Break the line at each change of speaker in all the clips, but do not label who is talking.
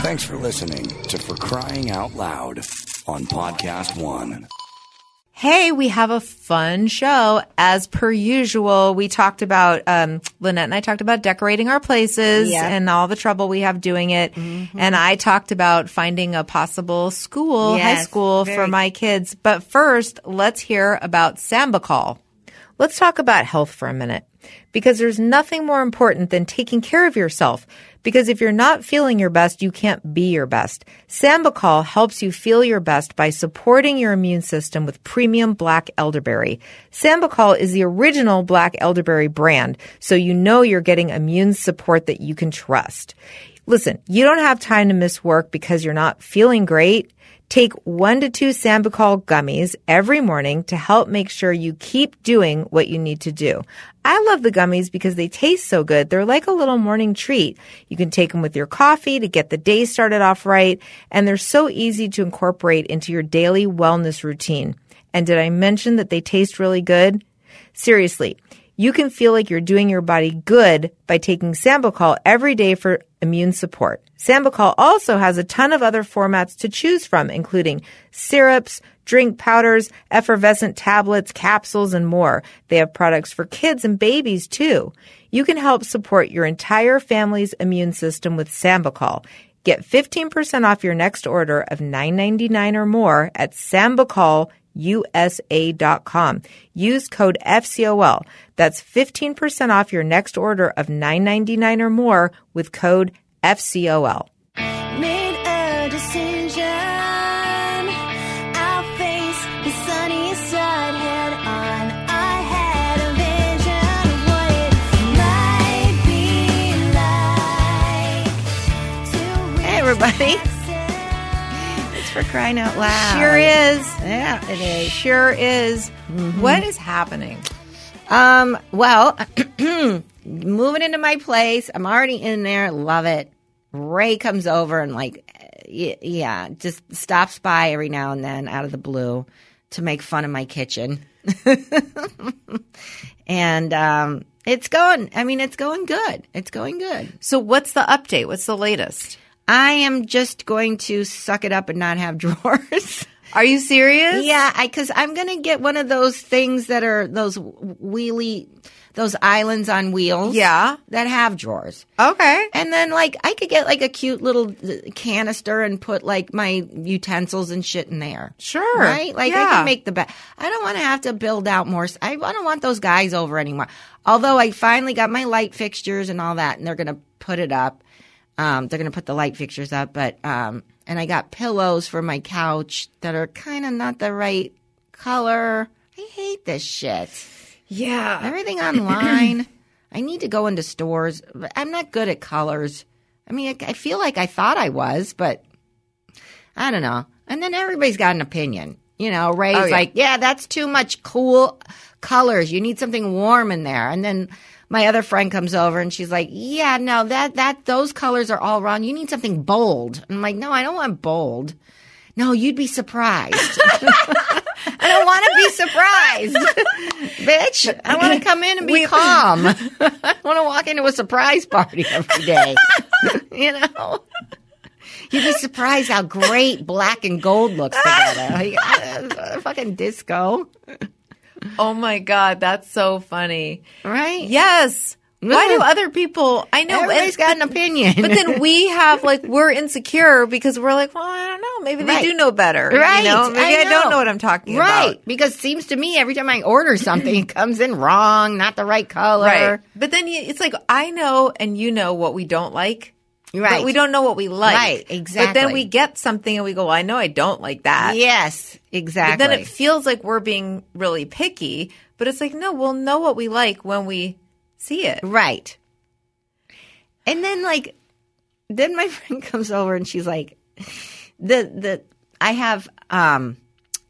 Thanks for listening to For Crying Out Loud on Podcast One.
Hey, we have a fun show as per usual. We talked about um, Lynette and I talked about decorating our places
Yeah. Mm-hmm.
and all the trouble we have doing it, and I talked about finding a possible school, high
Yes,
school for
very-
my kids. But first, let's hear about Samba Call. Let's talk about health for a minute because there's nothing more important than taking care of yourself. Because if you're not feeling your best, you can't be your best. Sambacol helps you feel your best by supporting your immune system with premium black elderberry. Sambacol is the original black elderberry brand, so you know you're getting immune support that you can trust. Listen, you don't have time to miss work because you're not feeling great. Take one to two Sambicol gummies every morning to help make sure you keep doing what you need to do. I love the gummies because they taste so good. They're like a little morning treat. You can take them with your coffee to get the day started off right, and they're so easy to incorporate into your daily wellness routine. And did I mention that they taste really good? Seriously, you can feel like you're doing your body good by taking Sambocol every day for immune support. Sambocol also has a ton of other formats to choose from, including syrups, drink powders, effervescent tablets, capsules, and more. They have products for kids and babies too. You can help support your entire family's immune system with Sambocol. Get 15% off your next order of $9.99 or more at sambacolusa.com. Use code FCOL. That's 15% off your next order of $9.99 or more with code FCOL.
made a decision. I'll face the sunny side head on. I had a vision of what it might be like to
Hey, everybody.
reach
It's for crying out loud.
Sure is.
Yeah, it is.
Sure is. What is happening?
Um, well, moving into my place. I'm already in there. Love it. Ray comes over and like, y- yeah, just stops by every now and then out of the blue to make fun of my kitchen. and, um, it's going, I mean, it's going good. It's going good.
So, what's the update? What's the latest?
I am just going to suck it up and not have drawers.
Are you serious?
Yeah, I because I'm gonna get one of those things that are those wheelie, those islands on wheels.
Yeah.
that have drawers.
Okay.
And then like I could get like a cute little uh, canister and put like my utensils and shit in there.
Sure.
Right? Like I
Yeah.
can make the best. I don't want to have to build out more. s- I, I don't want those guys over anymore. Although I finally got my light fixtures and all that, and they're gonna put it up. Um, they're gonna put the light fixtures up, but um, and I got pillows for my couch that are kind of not the right color. I hate this shit.
Yeah.
Everything online. I need to go into stores. I'm not good at colors. I mean, I, I feel like I thought I was, but I don't know. And then everybody's got an opinion. You know, Ray's
Oh, yeah.
like, yeah, that's too much cool colors. You need something warm in there. And then my other friend comes over and she's like, yeah, no, that, that, those colors are all wrong. You need something bold. I'm like, no, I don't want bold. No, you'd be surprised. I don't want to be surprised, bitch. I want to come in and be calm. I want to walk into a surprise party every day. you know, you'd be surprised how great black and gold looks together. Like, uh, fucking disco,
Oh my God. That's so funny.
right?
Yes. Why
Yeah.
do other people? I know. and-
everybody's got an opinion.
but then we have like we're insecure because we're like, well, I don't know. Maybe they
Right.
do know better. you
Right.
know? Maybe I,
I
don't
know.
know what I'm talking
right?
about.
Because it seems to me every time I order something, it comes in wrong, not the right color.
Right. But then you, it's like I know and you know what we don't like. But
Right.
we don't know what we like.
Right,
But then
exactly.
we get something and we go, well, I know I don't like that.
Yes,
But
exactly.
then it feels like we're being really picky. But it's like, no, we'll know what we like when we see it.
Right. And then like then my friend comes over and she's like the the I have um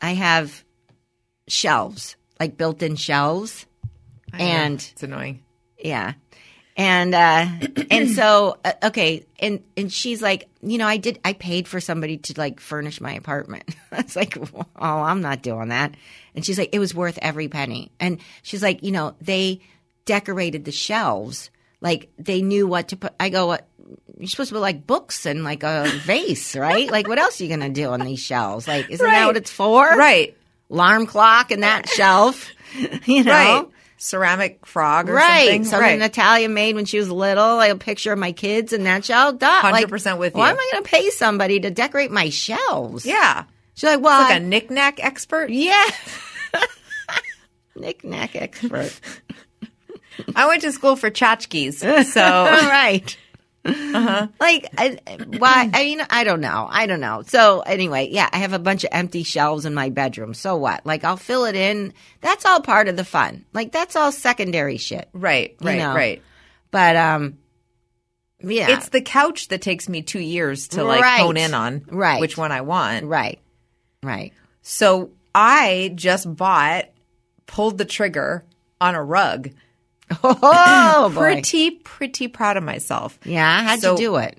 I have shelves, like built-in shelves. And
It's annoying.
yeah. And uh and so uh, okay, and and she's like, you know, I did I paid for somebody to like furnish my apartment. I was like, "Oh, I'm not doing that." And she's like, "It was worth every penny." And she's like, "You know, they decorated the shelves. Like they knew what to put." I go, "What you're supposed to put like books and like a vase, right? Like what else are you gonna do on these shelves? Like isn't
Right.
that what it's for?
Right.
Alarm clock and that shelf. You know.
Right. Ceramic frog or
Right.
something.
Something Natalia made when she was little, like a picture of my kids and that shelf. Duh. like,
100% with
Why
you.
am I going to pay somebody to decorate my shelves?
yeah.
She's like, well,
Like
I-
a knickknack expert.
yeah. Knick-knack expert.
I went to school for tchotchkes. So
All right.
Uh-huh.
Like, I, why? I mean, I don't know. I don't know. So anyway, yeah, I have a bunch of empty shelves in my bedroom. So what? Like, I'll fill it in. That's all part of the fun. Like, that's all secondary shit.
Right, right,
know.
right.
But um, yeah,
It's the couch that takes me two years to like
Right.
hone in on
Right.
which one I want.
right, right.
So I just bought, pulled the trigger on a rug.
Oh boy.
Pretty, pretty proud of myself.
Yeah, how'd
So-
you do it?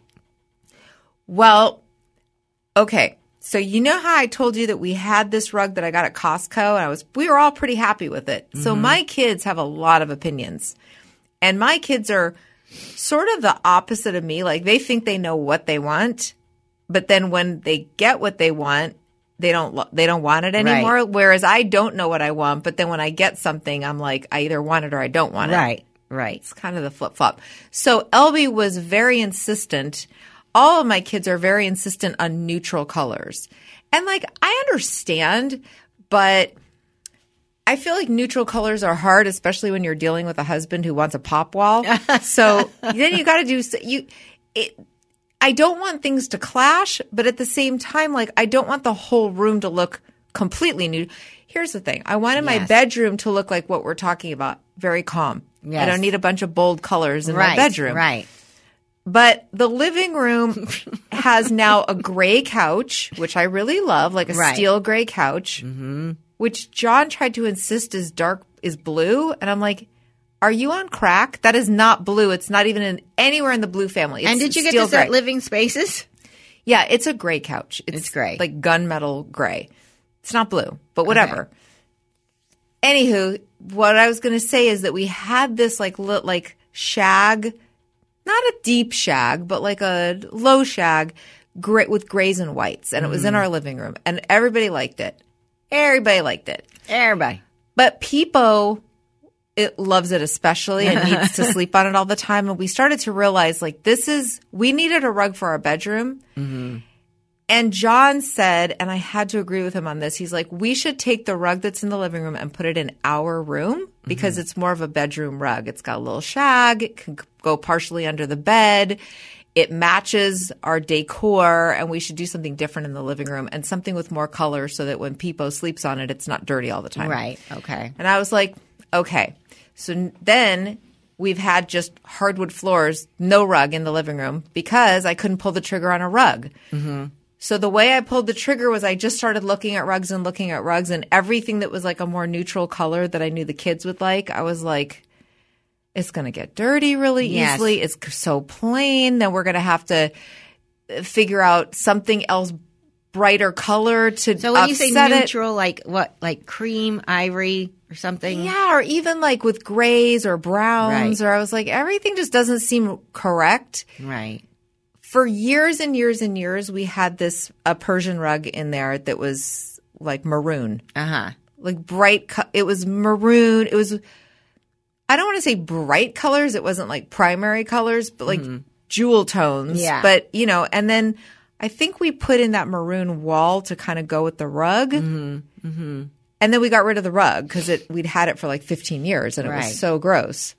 Well, okay. So you know how I told you that we had this rug that I got at Costco and I was we were all pretty happy with it. So my kids have a lot of opinions. And my kids are sort of the opposite of me. Like they think they know what they want, but then when they get what they want, they don't lo- they don't want it anymore. Whereas I don't know what I want, but then when I get something, I'm like I either want it or I don't want it.
Right, right.
It's kind of the flip flop. So Elby was very insistent. All of my kids are very insistent on neutral colors. And like, I understand, but I feel like neutral colors are hard, especially when you're dealing with a husband who wants a pop wall. so then you got to do, s- you, it, I don't want things to clash, but at the same time, like I don't want the whole room to look completely new. Here's the thing. I wanted my
Yes.
bedroom to look like what we're talking about. Very calm. I
Yes.
don't need a bunch of bold colors in my
right,
bedroom.
Right.
But the living room has now a gray couch, which I really love, like a
Right. Mm-hmm.
steel gray couch, which John tried to insist is dark, is blue. And I'm like, are you on crack? That is not blue. It's not even in anywhere in the blue family. It's
and did you get
steel
this at
gray.
Living Spaces?
Yeah, it's a gray couch. It's,
It's gray.
like gunmetal gray. It's not blue, but whatever. Anywho, what I was going to say is that we had this like li- like shag, not a deep shag, but like a low shag, gray with grays and whites, and it was in
Mm-hmm.
our living room, and everybody liked it. Everybody liked it,
Everybody.
but Peepo it loves it especially and needs to sleep on it all the time. And we started to realize like this is we needed a rug for our bedroom. And John said, and I had to agree with him on this. He's like, we should take the rug that's in the living room and put it in our room because it's more of a bedroom rug. It's got a little shag. It can go partially under the bed. It matches our decor and we should do something different in the living room and something with more color so that when Peepo sleeps on it, it's not dirty all the time.
Right. Okay.
And I was like, okay. So n- then we've had just hardwood floors, no rug in the living room because I couldn't pull the trigger on a rug.
Mm-hmm.
So the way I pulled the trigger was I just started looking at rugs and looking at rugs and everything that was like a more neutral color that I knew the kids would like. I was like, it's going to get dirty really
Yes.
easily. It's c- so plain. Then we're going to have to uh, figure out something else brighter color to
So when you say
upset it.
neutral, like what, like cream, ivory, or something?
Yeah, or even like with grays or browns,
Right.
or I was like, everything just doesn't seem correct.
Right.
For years and years and years, we had this a Persian rug in there that was like maroon,
Uh huh.
like bright. Co- it was maroon. It was. I don't want to say bright colors. It wasn't like primary colors, but like jewel tones.
Mm-hmm. Yeah.
But you know, and then I think we put in that maroon wall to kind of go with the rug.
Mm-hmm.
And then we got rid of the rug because it we'd had it for like 15 years and it
Right.
was so gross.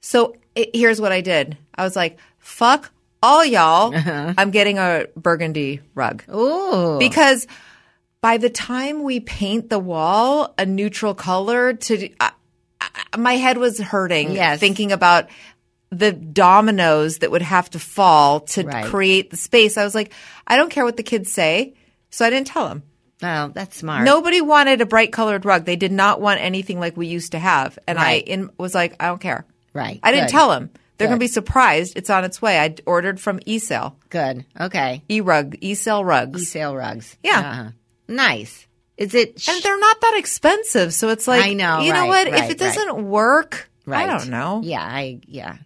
So it, here's what I did. I was like, "Fuck all y'all. I'm getting a burgundy rug."
Ooh.
Because by the time we paint the wall a neutral color to I, I, my head was hurting
Yes.
thinking about the dominoes that would have to fall to
Right.
create the space. I was like, "I don't care what the kids say." So I didn't tell them.
oh, that's smart.
Nobody wanted a bright colored rug. They did not want anything like we used to have. And
Right.
I in, was like, I don't care.
Right.
I didn't
Good.
tell them. They're going
Good.
to be surprised. It's on its way. I d- ordered from eSale,
Good. Okay.
eRug, eSale rugs.
Sale rugs.
Yeah.
Uh-huh. Nice. Is it? sh-
And they're not that expensive. So it's like,
I know,
you know what?
right,
if
right,
it
right.
doesn't work,
right.
I don't know.
Yeah. I. Yeah.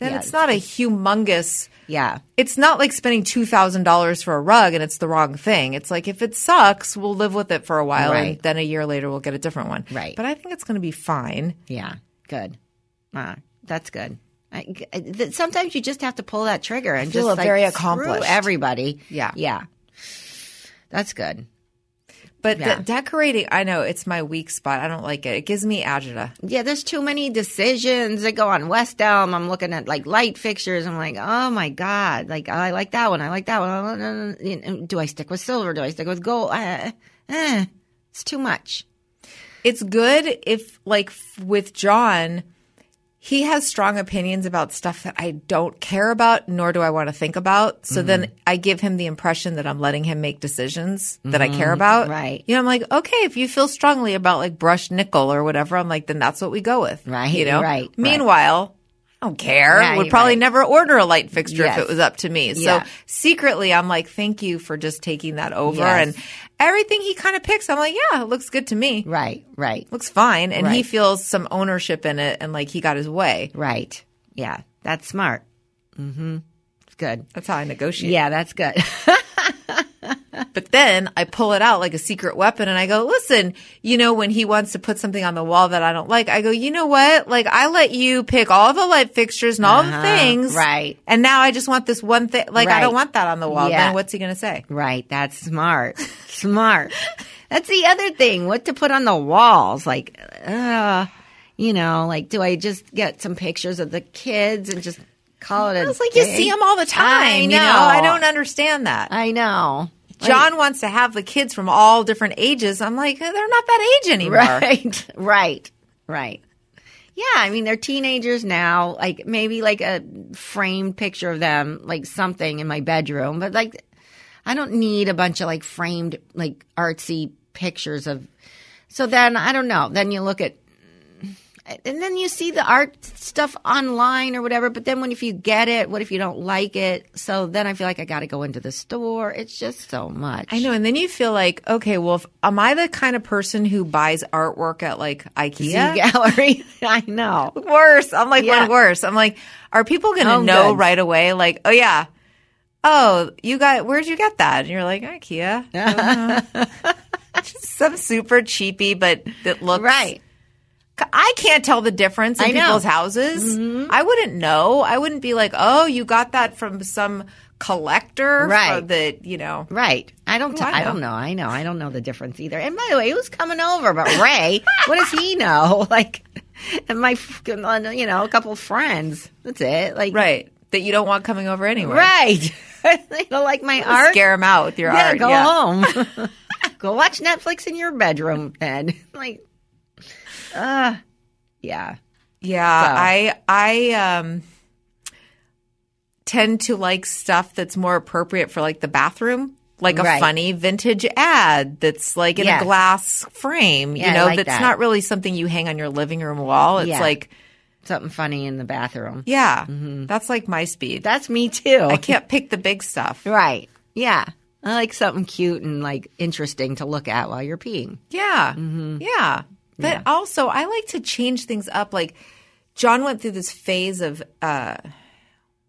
Then
Yeah,
it's not a humongous.
Yeah.
It's not like spending two thousand dollars for a rug and it's the wrong thing. It's like if it sucks, we'll live with it for a while, and
Right.
then a year later we'll get a different one.
Right.
But I think it's going to be fine.
Yeah, good. Ah, that's good. I, I- th- sometimes you just have to pull that trigger and
feel
just like,
very
screw
accomplished.
everybody.
Yeah.
yeah, that's good.
But
Yeah.
the decorating, I know it's my weak spot. I don't like it. It gives me agita.
Yeah, there's too many decisions that go on West Elm. I'm looking at like light fixtures. I'm like, oh my god, like I like that one. I like that one. Uh, you know, Do I stick with silver? Do I stick with gold? Uh, eh, it's too much.
It's good if, like, f- with John, he has strong opinions about stuff that I don't care about, nor do I want to think about. So
Mm-hmm.
then I give him the impression that I'm letting him make decisions that I care about.
Mm-hmm. right.
You know, I'm like, okay, if you feel strongly about like brushed nickel or whatever, I'm like, then that's what we go with.
Right,
You know?
right, right.
Meanwhile, I don't care.
Right,
Would probably
right.
never order a light fixture if
Yes.
it was up to me.
Yeah.
So secretly, I'm like, thank you for just taking that over.
Yes.
And everything he kind of picks, I'm like, yeah, it looks good to me
Right, right,
looks fine and he
Right.
feels some ownership in it and like he got his way
right. Yeah, that's smart. Mm-hmm. It's good.
that's how i negotiate
Yeah, that's good.
but then i pull it out like a secret weapon and i go listen you know when he wants to put something on the wall that i don't like i go you know what like i let you pick all the light fixtures and all
Uh-huh.
the things
Right.
and now i just want this one thing like i
Right.
don't want that on the wall
Yeah.
then what's he gonna say
Right. That's smart. smart. That's the other thing. What to put on the walls? Like, uh, you know, like, do I just get some pictures of the kids and just call it a
it's like you
day?
see him all the time
I
you
know.
know Uh, i don't understand that
I know.
John wants to have the kids from all different ages. I'm like, they're not that age anymore.
Right. right. Right. Yeah, I mean they're teenagers now. Like maybe like a framed picture of them, like something in my bedroom, but like I don't need a bunch of like framed like artsy pictures of So then I don't know. Then you look at and then you see the art stuff online or whatever, but then when if you get it, what if you don't like it? So then I feel like I got to go into the store. It's just so much.
I know, and then you feel like, okay, well, if, am I the kind of person who buys artwork at like IKEA?
Gallery. I know.
Worse, I'm like
Yeah.
one worse. I'm like, are people going to
Home
know
goods.
right away? Like, oh yeah, oh you got where'd you get that? And you're like IKEA, Uh-huh. Just some super cheapy, but it looks
Right.
I can't tell the difference in
I know. Mm-hmm.
people's houses. I wouldn't know. I wouldn't be like, oh, you got that from some collector,
Right.
That you know,
Right. I don't.
I
I
know.
don't know. I know. I don't know the difference either. And by the way, who's coming over? But Ray, what does he know? Like, and my, f- you know, a couple friends. That's it. Like,
right? That you don't want coming over anyway,
right. they don't like my art.
scare them out with your
yeah,
art.
go home. go watch Netflix in your bedroom, then. like, uh, yeah.
Yeah,
So-
I I um tend to like stuff that's more appropriate for like the bathroom, like a
Right.
funny vintage ad that's like in
Yes.
a glass frame,
Yeah,
you
I
know,
like
that's
that.
not really something you hang on your living room wall. It's
Yeah.
like,
Something funny in the bathroom.
yeah,
Mm-hmm.
that's like my speed.
That's me too.
I can't pick the big stuff.
Right. Yeah. I like something cute and like interesting to look at while you're peeing.
Yeah.
Mm-hmm.
Yeah. But also, I like to change things up. Like, John went through this phase of uh,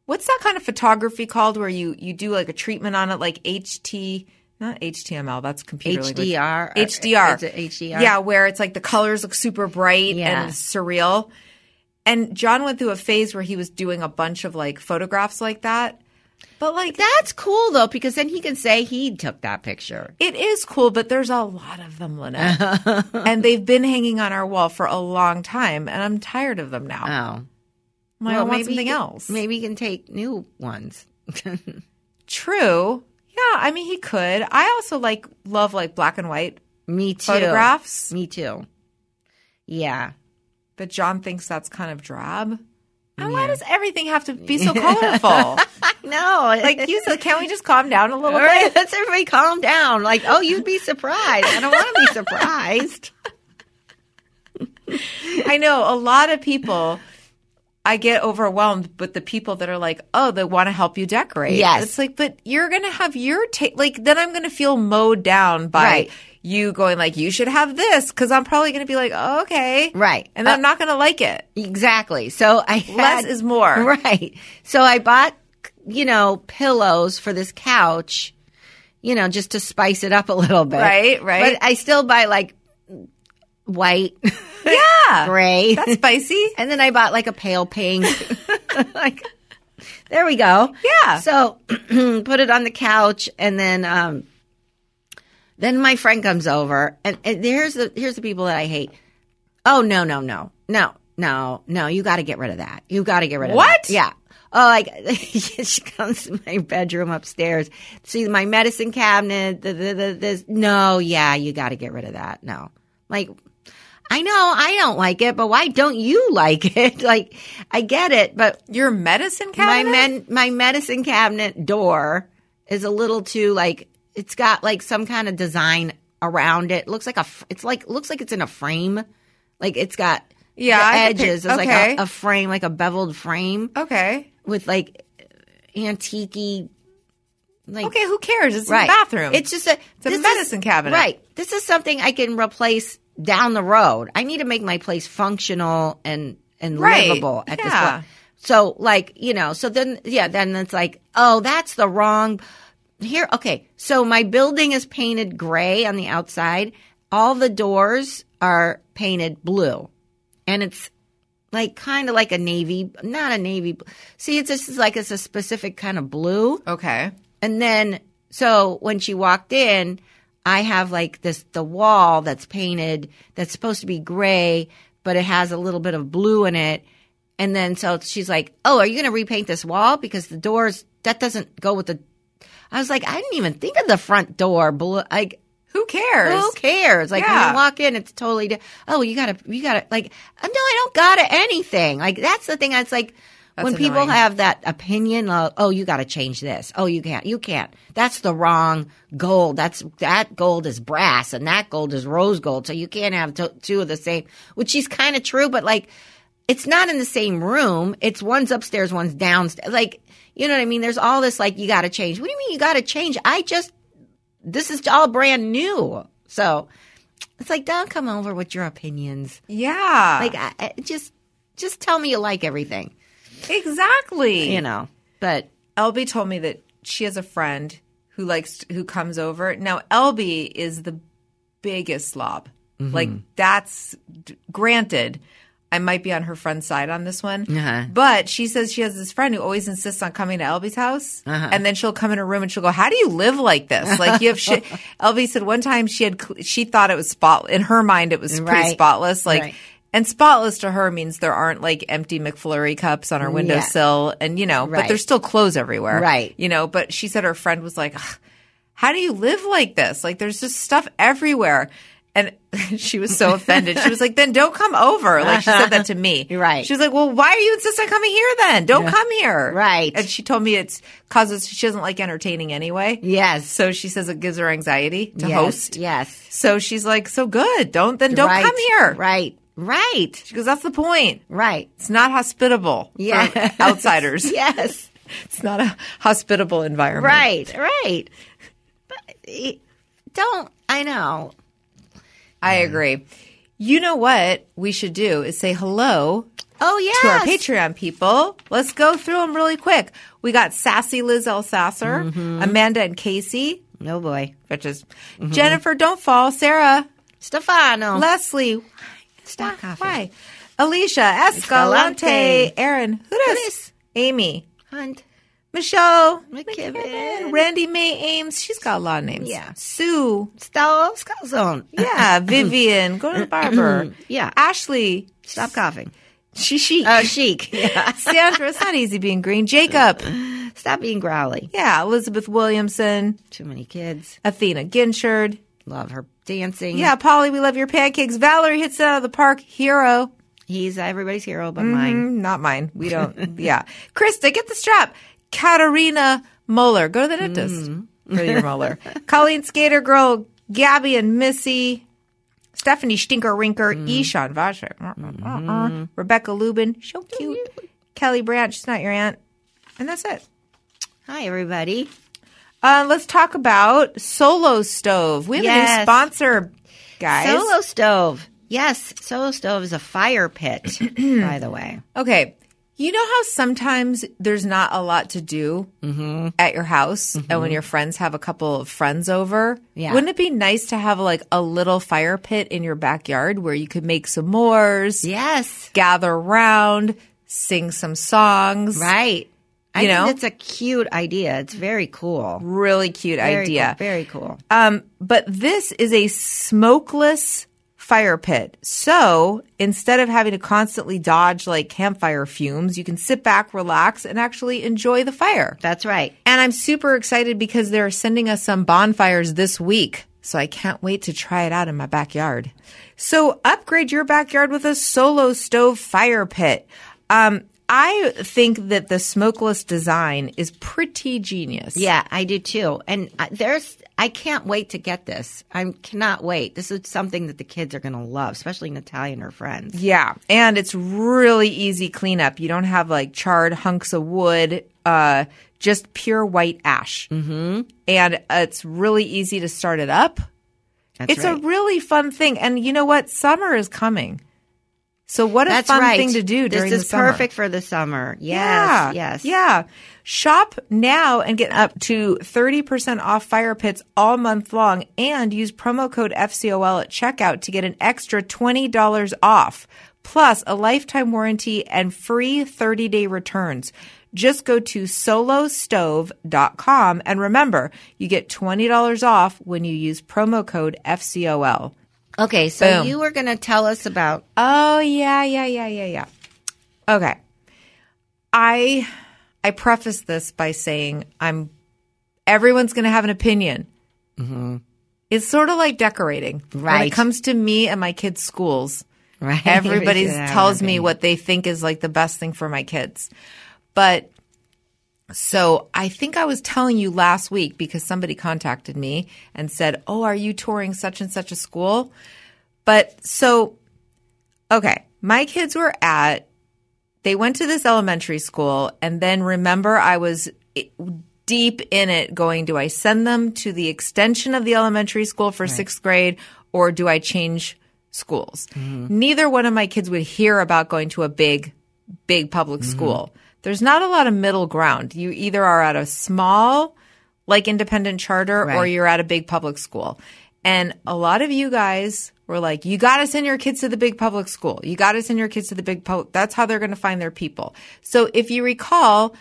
what's that kind of photography called where you, you do like a treatment on it, like HT, not HTML, that's computer language.
HDR, or-
HDR.
is it HDR?
Yeah, where it's like the colors look super bright
Yeah.
and surreal. And John went through a phase where he was doing a bunch of like photographs like that. But like,
That's cool though, because then he can say he took that picture.
It is cool, but there's a lot of them, Lynette. and they've been hanging on our wall for a long time, and I'm tired of them now.
Oh.
I want something
you can-
else.
Maybe you can take new ones.
True. Yeah, I mean, he could. I also like love like black and white
Me too.
photographs,
Me too. Yeah.
but John thinks that's kind of drab. And why does everything have to be so colorful?
No.
like, you said, can't we just calm down a little
All
bit?
right, let's everybody calm down. Like, oh, you'd be surprised. I don't want to be surprised.
I know a lot of people I get overwhelmed with the people that are like, oh, they want to help you decorate.
Yes.
It's like, but you're going to have your take. Like, then I'm going to feel mowed down by
Right.
you going like, you should have this. Cause I'm probably going to be like, oh, okay.
Right. Uh,
And then I'm not going to like it.
Exactly. So I had,
Less is more.
Right. So I bought, you know, pillows for this couch, you know, just to spice it up a little bit.
Right, right.
But I still buy like white,
Yeah.
gray,
That's spicy.
and then I bought like a pale pink. like, there we go.
Yeah.
So put it on the couch, and then um, then my friend comes over, and, and here's the here's the people that I hate. Oh no no no no no no! You got to get rid of that. You got to get rid of
What?
That. Yeah. Oh, like she comes to my bedroom upstairs. See my medicine cabinet. The, the, the, this. No, yeah, you got to get rid of that. No, like I know I don't like it, but why don't you like it? Like I get it, but
Your medicine
my
cabinet?
men, my medicine cabinet door is a little too like it's got like some kind of design around it. Looks like a fr- it's like looks like it's in a frame. Like it's got
Yeah,
the
I could pic-
edges is like
okay.
a, a frame, like a beveled frame
okay.
with like antique like
Okay. Who cares? It's in the bathroom.
It's just a
a
this is-
medicine cabinet.
Right. This is something I can replace down the road. I need to make my place functional and and
Right.
livable at this
Yeah.
point. So like, you know, so then yeah, then it's like, oh, that's the wrong here okay. So my building is painted gray on the outside. All the doors are painted blue. And it's like kind of like a navy, not a navy. bl- See, it's just like it's a specific kind of blue.
okay.
And then, so when she walked in, I have like this the wall that's painted that's supposed to be gray, but it has a little bit of blue in it. And then, so she's like, "Oh, are you going to repaint this wall because the doors that doesn't go with the." I was like, I didn't even think of the front door. Blue, like
Who cares?
who cares? Like when
Yeah.
you walk in, it's totally. Di- oh, you gotta, you gotta. Like uh, no, I don't gotta anything. Like that's the thing. It's like when people
annoying.
have that opinion. Of, oh, you gotta change this. Oh, you can't. You can't. That's the wrong gold. That's that gold is brass and that gold is rose gold. So you can't have to, two of the same. Which is kind of true, but like it's not in the same room. It's one's upstairs, one's downstairs. Like you know what I mean? There's all this like you gotta change. What do you mean you gotta change? I just this is all brand new. So it's like, don't come over with your opinions.
Yeah.
Like, I, I, just just tell me you like everything,
exactly.
you know. But
Elby told me that she has a friend who likes who comes over. Now Elby is the biggest slob.
Mm-hmm.
Like that's granted. I might be on her friend's side on this one,
Uh-huh.
but she says she has this friend who always insists on coming to Elby's house,
Uh-huh.
and then she'll come in her room and she'll go, "How do you live like this? Like you have shit." Elby said one time she had cl- she thought it was spot in her mind it was pretty
Right.
spotless, like.
Right.
And spotless to her means there aren't like empty McFlurry cups on her windowsill, and you know, but
Right.
there's still clothes everywhere.
Right.
You know, but she said her friend was like, "Ugh, How do you live like this? Like, there's just stuff everywhere. And she was so offended. She was like, Then don't come over. Like, she said that to me.
Right.
She was like, Well, why are you insisting on coming here then? Don't come here.
Right.
And she told me it's causes, she doesn't like entertaining anyway.
yes,
So she says it gives her anxiety to
yes,
host.
yes.
So she's like, So good. Don't, then don't
Right,
come here.
Right, right,
She goes, That's the point.
right.
It's not hospitable
Yes.
for outsiders.
Yes,
It's not a hospitable environment.
right, right. But it- don't I know?
I agree. You know what we should do is say hello
Oh yes,
to our Patreon people. Let's go through them really quick. We got Sassy Liz L. Sasser, Amanda and Casey,
No boy,
which is Mm-hmm. Jennifer, don't fall, Sarah,
Stefano.
Leslie,
Stop
why? Alicia, Escalante,
Escalante.
Aaron, Hudas,
Hudas.
Amy,
Hunt.
Michelle,
McKibben.
Randy May Ames. She's got a lot of names.
Yeah.
Sue.
Stall. Scalzone.
Yeah, Vivian, go to the barber.
Yeah.
Ashley,
Stop coughing.
she she.
Oh, chic. Yeah.
Uh, Sandra, it's not easy being green. Jacob,
Stop being growly.
yeah. Elizabeth Williamson,
Too many kids.
Athena Ginchard,
Love her dancing.
yeah. Polly, we love your pancakes. Valerie hits it out of the park. Hero,
He's everybody's hero but
Mm,
mine.
not mine. We don't. yeah, Krista, get the strap. Katarina Moeller, go to the dentist for your molar. Colleen Skater Girl, Gabby and Missy. Mm. Stephanie Stinker Rinker, Eshan Vasher, Rebecca Lubin, Mm. so cute. Kelly Branch. She's not your aunt. And that's it.
Hi, everybody.
Uh, let's talk about Solo Stove. We have a new
Yes.
sponsor, guys.
Solo stove. Yes, solo stove is a fire pit, by the way.
Okay. You know how sometimes there's not a lot to do
Mm-hmm.
at your house, and when your friends have a couple of friends over,
Yeah.
wouldn't it be nice to have like a little fire pit in your backyard where you could make s'mores,
Yes,
gather around, sing some songs?
right. I
You know?
think it's a cute idea. It's very cool.
Really cute
Very
idea.
Cool. Very cool.
Um, but this is a smokeless fire pit. So instead of having to constantly dodge like campfire fumes, you can sit back, relax, and actually enjoy the fire.
That's right.
And I'm super excited because they're sending us some bonfires this week. So I can't wait to try it out in my backyard. So upgrade your backyard with a solo stove fire pit. Um, I think that the smokeless design is pretty genius.
Yeah, I do too. And I- there's, I can't wait to get this. I cannot wait. This is something that the kids are going to love, especially Natalia and her friends.
Yeah. And it's really easy cleanup. You don't have like charred hunks of wood, uh, just pure white ash. Mm-hmm. And it's really easy to start it up.
That's
It's
right.
a really fun thing. And you know what? Summer is coming. So what a
That's
fun
right.
thing to do
This
during
is
the summer.
perfect for the summer. Yes,
Yeah.
yes,
Yeah. Shop now and get up to 30% off fire pits all month long and use promo code FCOL at checkout to get an extra $20 off plus a lifetime warranty and free 30-day returns. Just go to solostove.com and remember, you get $20 off when you use promo code FCOL.
Okay, so
Boom.
you were going to tell us about
Oh yeah, yeah, yeah, yeah, yeah. Okay. I I preface this by saying I'm everyone's going to have an opinion. It's sort of like decorating. When it
Right.
comes to me and my kids' schools,
right.
everybody
Yeah,
tells me what they think is like the best thing for my kids. But so I think I was telling you last week because somebody contacted me and said, "Oh, are you touring such and such a school?" But so okay, my kids were at they went to this elementary school and then remember I was i- deep in it going do I send them to the extension of the elementary school for 6th grade or do I change schools neither one of my kids would hear about going to a big big public school there's not a lot of middle ground you either are at a small like independent charter or
Right.
you're at a big public school and a lot of you guys were like you got to send your kids to the big public school you got to send your kids to the big public that's how they're going to find their people so if you recall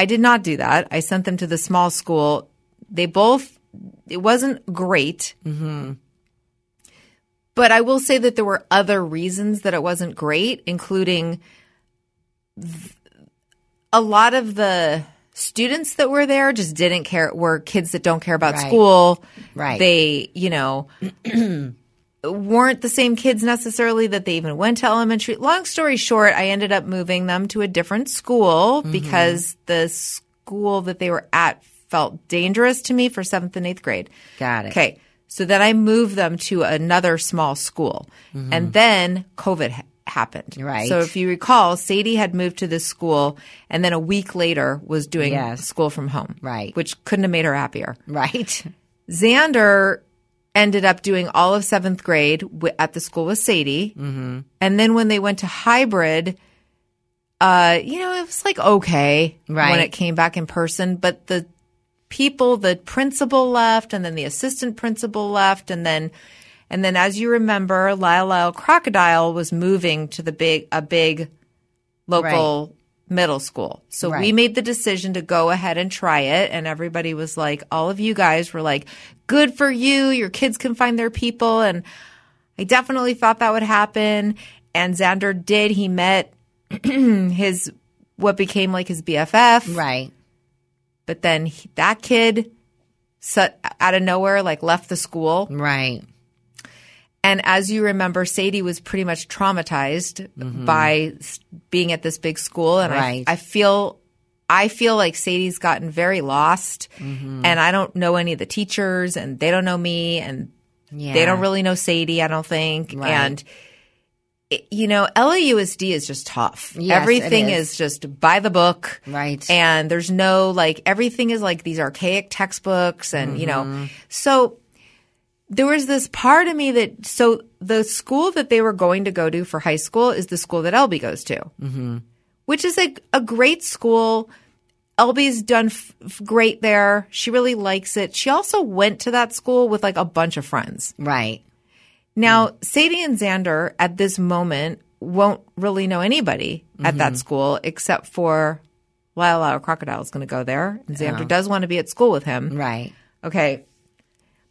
I did not do that. I sent them to the small school. They both, it wasn't great. Mm-hmm. But I will say that there were other reasons that it wasn't great, including th- a lot of the students that were there just didn't care, were kids that don't care about
Right.
school.
Right.
They, you know, weren't the same kids necessarily that they even went to elementary. Long story short, I ended up moving them to a different school
Mm-hmm.
because the school that they were at felt dangerous to me for seventh and eighth grade.
Got it.
Okay. So then I moved them to another small school. And then COVID ha- happened.
Mm-hmm. Right.
So if you recall, Sadie had moved to this school and then a week later was doing
Yes.
school from home.
Right.
Which couldn't have made her happier.
Right.
Xander ended up doing all of seventh grade w- at the school with Sadie. Mm-hmm. And then when they went to hybrid, uh, you know, it was like okay when
Right.
it came back in person, but the people, the principal left, and then the assistant principal left, and then and then as you remember, Lyle Lyle Crocodile was moving to the big a big local middle school. So we
Right.
made the decision to go ahead and try it. And everybody was like, all of you guys were like, good for you. Your kids can find their people. And I definitely thought that would happen. And Xander did. He met his, what became like his BFF.
Right.
But then he, that kid, so, out of nowhere, like left the school.
Right.
And as you remember, Sadie was pretty much traumatized by s- being at this big school, and
Mm-hmm. Right.
I, I feel, I feel like Sadie's gotten very lost,
Mm-hmm.
and I don't know any of the teachers, and they don't know me, and
Yeah.
they don't really know Sadie, I don't think,
Right.
and it- you know, LAUSD is just tough.
Yes, it
everything
is.
is. just by the book.
Right.
And there's no like, everything is like these archaic textbooks and, you know, so there was this part of me that, so the school that they were going to go to for high school is the school that Elby goes to, mm-hmm. which is a, a great school. Elby's done f- f- great there. She really likes it. She also went to that school with like a bunch of friends.
Right.
Now, Sadie and Xander at this moment won't really know anybody at
Mm-hmm.
that school except for Lila or Crocodile is going to go there. And Xander does want to be at school with him.
Right.
Okay.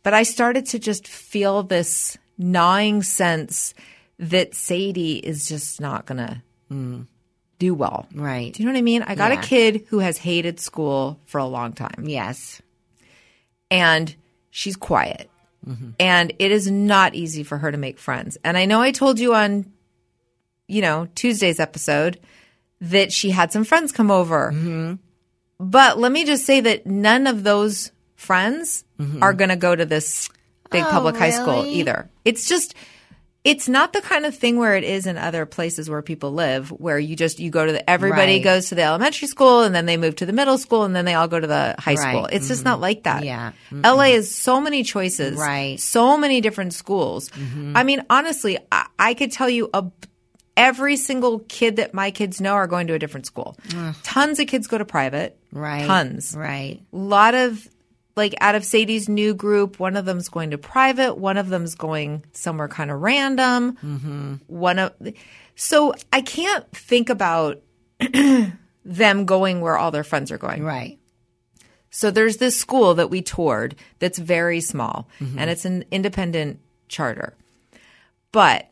But I started to just feel this gnawing sense that Sadie is just not going to do well.
Mm. Right.
Do you know what I mean? I got
Yeah.
a kid who has hated school for a long time
Yes.
and she's quiet. And it is not easy for her to make friends. And I know I told you on, you know, Tuesday's episode that she had some friends come over. But let me just say that none of those friends are going to go to this big public high school
Oh, really?
either. It's just. It's not the kind of thing where it is in other places where people live, where you just you go to the everybody
Right.
goes to the elementary school and then they move to the middle school and then they all go to the high
Right. Mm-hmm.
school. It's just not like that.
Yeah.
LA is so many choices,
Right. Mm-hmm.
So many different schools. I mean, honestly, I, I could tell you a, every single kid that my kids know are going to a different school. Tons of kids go to private,
Right.
Tons,
Right.
A lot of like out of Sadie's new group, one of them's going to private, one of them's going somewhere kind of random.
Mm-hmm.
One of so I can't think about them going where all their friends are going.
Right.
So there's this school that we toured that's very small and it's an independent charter. But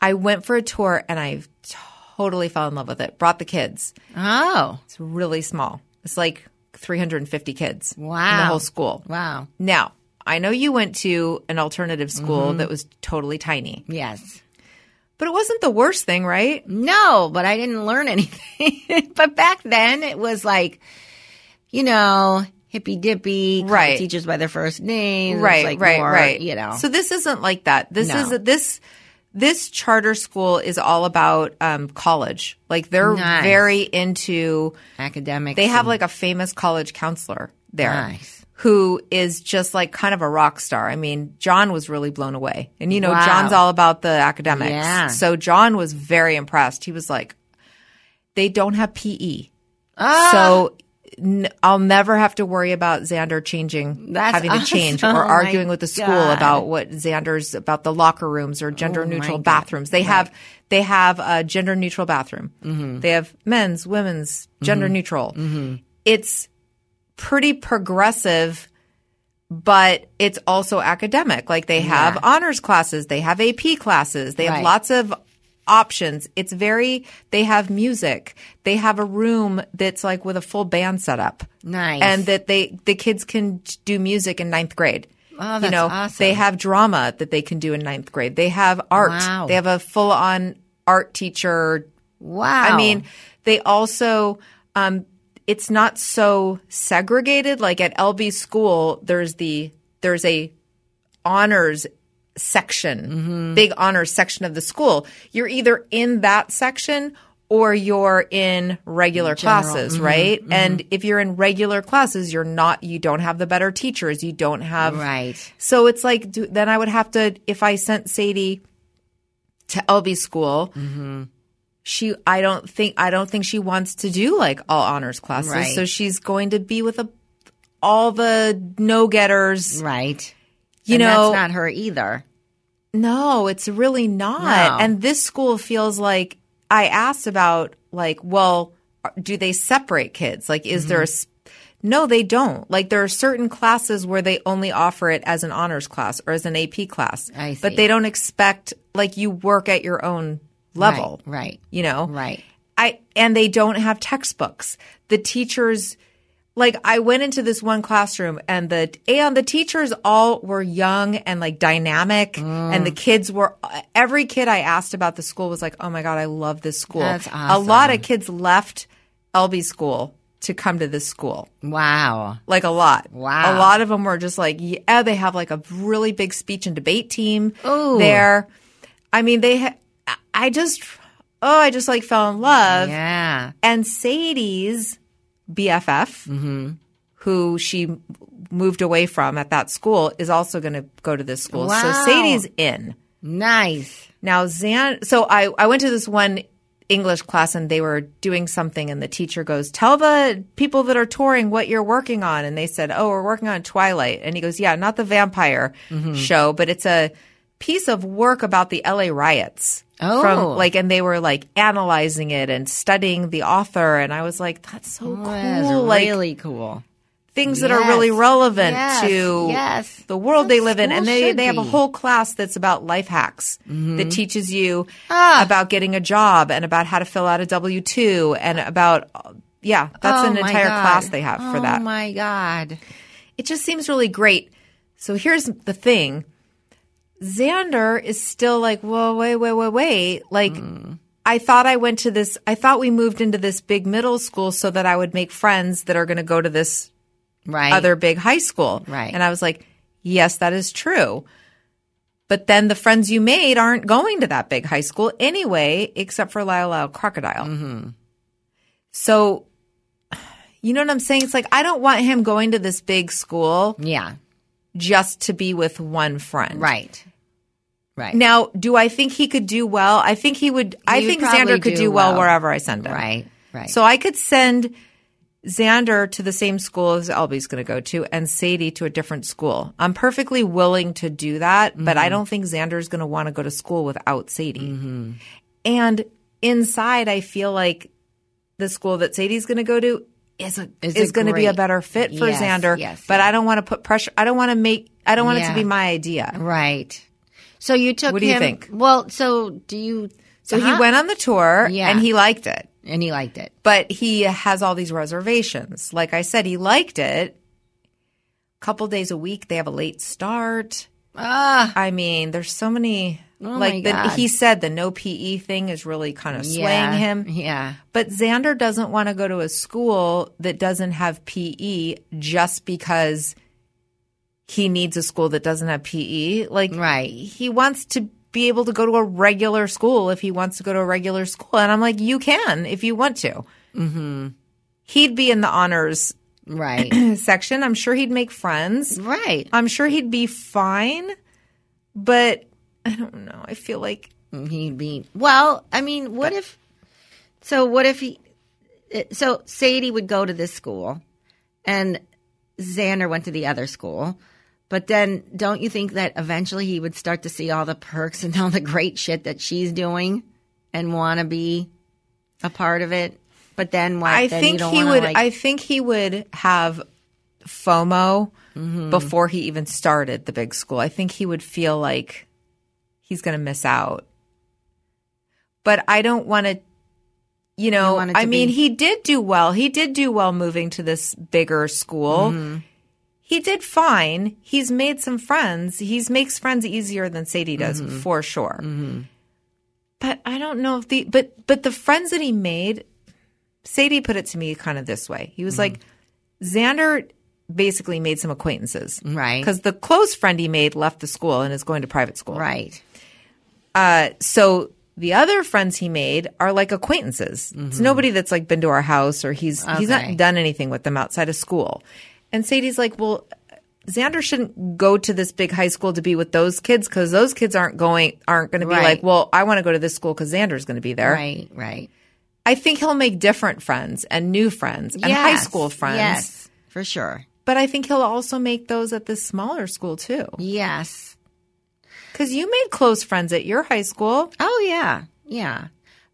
I went for a tour and I totally fell in love with it. Brought the kids.
Oh.
It's really small. It's like 350 kids. In the
Wow.
whole school.
Wow.
Now, I know you went to an alternative school that was totally tiny,
Yes.
but it wasn't the worst thing, right?
No, but I didn't learn anything. but back then it was like, you know, hippy dippy, call
Right.
teachers by their first name.
right
like
right
more,
right
You know,
so this isn't like that this
No.
is this this charter school is all about um, college like they're
Nice.
very into
academics.
they have
and-
like a famous college counselor there
Nice.
who is just like kind of a rock star. I mean, John was really blown away. And you know,
Wow.
John's all about the academics.
Yeah.
So John was very impressed. He was like, they don't have PE.
Ah.
So n- I'll never have to worry about Xander changing,
That's
having to change
awesome.
or
Oh my
arguing with the school
God. Oh
about what Xander's about the locker rooms or gender neutral
God.
bathrooms. They have they have a gender neutral bathroom.
Mm-hmm.
They have men's, women's, gender neutral. It's pretty progressive but it's also academic. Like they have honors classes, they have AP classes, they
Right.
have lots of options. It's very, they have music, they have a room that's like with a full band set up.
Nice.
And that they, the kids can do music in ninth grade.
Oh,
you
that's
know,
awesome.
they have drama that they can do in ninth grade. They have art.
Wow.
They have a full on art teacher,
wow.
I mean, they also, um, it's not so segregated. Like at LB school, there's the there's a honors section,
Mm-hmm.
big honors section of the school. You're either in that section or you're in regular classes,
Mm-hmm.
right? And if you're in regular classes, you're not you don't have the better teachers, you don't have
right.
so it's like do, then I would have to if I sent Sadie to LB school. She, I don't think, I don't think she wants to do like all honors classes.
Right.
So she's going to be with a, all the no getters.
Right.
You
And
know,
that's not her either.
no, it's really not.
No.
And this school feels like I asked about like, well, do they separate kids? Like, is there a
Mm-hmm.
s- no, they don't. Like, there are certain classes where they only offer it as an honors class or as an AP class,
I see.
but they don't expect like you work at your own level,
Right.
You know,
Right.
I and they don't have textbooks. The teachers like I went into this one classroom and the and the teachers all were young and like dynamic and the kids were every kid I asked about the school was like, "Oh my god, I love this school."
That's
A lot
awesome.
of kids left LB school to come to this school.
Wow.
Like a lot.
Wow.
A lot of them were just like, yeah, they have like a really big speech and debate team
Ooh.
there. I mean, they ha- I just, oh, I just like fell in love.
Yeah.
And Sadie's BFF, who she moved away from at that school, is also going to go to this school. So
Wow.
Sadie's in.
Nice.
Now, Xan, so I, I went to this one English class and they were doing something, and the teacher goes, Tell the people that are touring what you're working on. And they said, Oh, we're working on Twilight. And he goes, Yeah, not the vampire
Mm-hmm.
show, but it's a piece of work about the LA riots.
Oh.
From like, and they were like analyzing it and studying the author. And I was like, That's so cool.
That's
like,
really cool.
things that are really
Yes.
relevant
Yes.
to
Yes.
the world they live in.
school
And they,
should
they have a
be. Mm-hmm.
whole class that's about life hacks that teaches you
Ah.
about getting a job and about how to fill out a W 2 and about, yeah, that's
Oh,
an
my
entire
God.
class they have for that.
Oh my god.
It just seems really great. So here's the thing Xander is still like, whoa, wait, wait, wait, wait. Like,
Mm.
I thought I went to this, I thought we moved into this big middle school so that I would make friends that are going to go to this
Right.
other big high school.
Right.
And I was like, yes, that is true. But then the friends you made aren't going to that big high school anyway, except for Lyle Lyle Crocodile.
Mm-hmm.
So, you know what I'm saying? It's like, I don't want him going to this big school
Yeah.
just to be with one friend.
Right. Right.
Now, do I think he could do well? I think he would, I
He would
think Xander
probably
could do,
do
well,
well.
wherever I send him.
Right. Right.
So I could send Xander to the same school as Albie's going to go to and Sadie to a different school. I'm perfectly willing to do that, but
Mm-hmm.
I don't think Xander's going to want to go to school without Sadie.
Mm-hmm.
And inside, I feel like the school that Sadie's going to go to is a, is,
Is a
going to be a
great-
better fit for
Yes,
Xander.
yes,
but I don't want to put pressure. I don't want to make. I don't want it to
Yeah.
be my idea.
Right. So you took
What do you
him-
think?
Well, so do you
So
Uh-huh.
he went on the tour
Yeah.
and he liked it.
and he liked it.
but he has all these reservations. Like I said, he liked it. couple days a week, they have a late start.
Ah,
I mean, there's so many. like
Oh my
the,
God.
he said, the no PE thing is really kind of swaying
yeah.
him.
Yeah.
But Xander doesn't want to go to a school that doesn't have PE just because he needs a school that doesn't have PE. Like,
Right.
he wants to be able to go to a regular school if he wants to go to a regular school. And I'm like, you can if you want to. Mm-hmm. He'd be in the honors
Right.
section. I'm sure he'd make friends.
right.
I'm sure he'd be fine. But I don't know. I feel like
He'd be Well, I mean, what if So what if he it- So Sadie would go to this school and Xander went to the other school. But then don't you think that eventually he would start to see all the perks and all the great shit that she's doing and want to be a part of it? But then why
I
then you
think
don't
he
wanna,
would.
like-
I think he would have FOMO
Mm-hmm.
before he even started the big school. I think he would feel like he's going to miss out. But I don't want to. You know,
want it
I
to
mean,
be-
he did do well. He did do well moving to this bigger school.
Mm-hmm.
He did fine. He's made some friends. He's makes friends easier than Sadie does
Mm-hmm.
for sure. But I don't know if the but but the friends that he made Sadie put it to me kind of this way. He was like, Xander basically made some acquaintances.
Right.
Because the close friend he made left the school and is going to private school.
Right.
Uh, so the other friends he made are like acquaintances. It's nobody that's like been to our house or he's he's
Mm-hmm. Okay.
not done anything with them outside of school. And Sadie's like, well, Xander shouldn't go to this big high school to be with those kids because those kids aren't going aren't going to be
Right.
like, well, I want to go to this school because Xander's going to be there.
Right, right.
I think he'll make different friends and new friends and high
Yes,
school friends.
Yes, for sure.
But I think he'll also make those at this smaller school too.
Yes.
Because you made close friends at your high school.
Oh yeah, yeah.